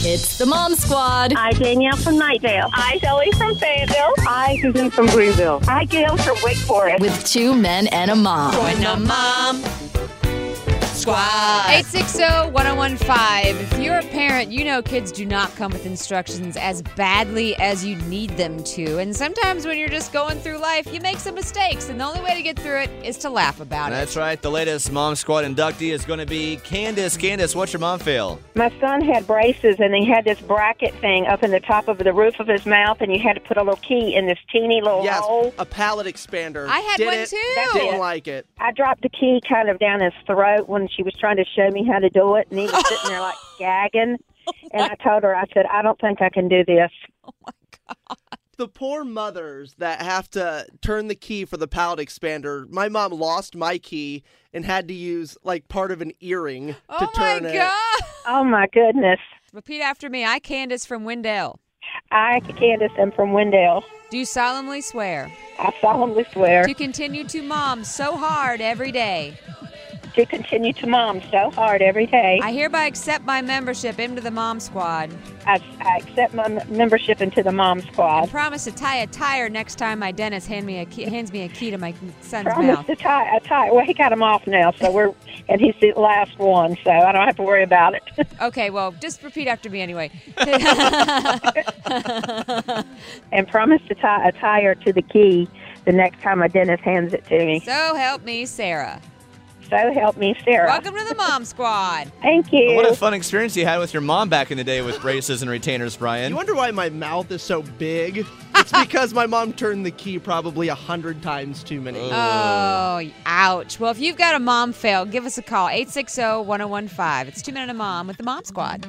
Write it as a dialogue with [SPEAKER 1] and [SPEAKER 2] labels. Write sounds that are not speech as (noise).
[SPEAKER 1] It's the Mom Squad.
[SPEAKER 2] I, Danielle from Nightdale.
[SPEAKER 3] I, Shelly from Fayetteville.
[SPEAKER 4] I, Susan from Greenville.
[SPEAKER 5] I, Gail from Wake Forest.
[SPEAKER 1] With two men and a mom.
[SPEAKER 6] Join the Mom Squad.
[SPEAKER 7] oh, 860-1015. If you're a parent, you know kids do not come with instructions as badly as you need them to. And sometimes when you're just going through life, you make some mistakes. And the only way to get through it is to laugh about it.
[SPEAKER 6] That's right. The latest Mom Squad inductee is going to be Candace. Candace, what's your mom fail?
[SPEAKER 5] My son had braces and he had this bracket thing up in the top of the roof of his mouth, and you had to put a little key in this teeny little
[SPEAKER 8] Yes,
[SPEAKER 5] hole.
[SPEAKER 8] a palate expander.
[SPEAKER 7] I had
[SPEAKER 8] Did
[SPEAKER 7] one
[SPEAKER 8] it,
[SPEAKER 7] too.
[SPEAKER 8] Didn't
[SPEAKER 5] it.
[SPEAKER 8] like it.
[SPEAKER 5] I dropped the key kind of down his throat when she was trying to show me how to do it, and he was sitting there like gagging. And I told her, I said, I don't think I can do this.
[SPEAKER 8] The poor mothers that have to turn the key for the palate expander. My mom lost my key and had to use like part of an earring to
[SPEAKER 7] Oh my
[SPEAKER 8] turn it.
[SPEAKER 7] god.
[SPEAKER 5] Oh my goodness.
[SPEAKER 7] Repeat after me. I Candace from Wendell.
[SPEAKER 5] I, Candace, am from Wendell.
[SPEAKER 7] Do solemnly swear
[SPEAKER 5] I solemnly swear
[SPEAKER 7] to continue to mom so hard every day.
[SPEAKER 5] to continue to mom so hard every day.
[SPEAKER 7] I hereby accept my membership into the Mom Squad.
[SPEAKER 5] I, I accept my m- membership into the mom
[SPEAKER 7] I
[SPEAKER 5] squad.
[SPEAKER 7] promise to tie a tire next time my dentist hand me a key, hands me a key to my son's
[SPEAKER 5] Promise
[SPEAKER 7] mouth.
[SPEAKER 5] to tie a tie. Well, he got him off now, so we're and he's the last one, so I don't have to worry about it. (laughs)
[SPEAKER 7] Okay, well, just repeat after me anyway. (laughs) so
[SPEAKER 5] and promise to tie a tire to the key the next time a dentist hands it to me.
[SPEAKER 7] help me, Sarah.
[SPEAKER 5] So help me, Sarah.
[SPEAKER 7] Welcome to the Mom Squad.
[SPEAKER 5] Thank
[SPEAKER 6] And
[SPEAKER 5] you.
[SPEAKER 6] What a fun experience you had with your mom back in the day with braces and retainers, Brian.
[SPEAKER 8] You wonder why my mouth is so big?
[SPEAKER 7] (laughs)
[SPEAKER 8] It's because my mom turned the key probably a hundred times too many.
[SPEAKER 7] Oh, ouch. oh, Well, if you've got a mom fail, give us a call 860 1015. It's two minute a mom with the Mom Squad.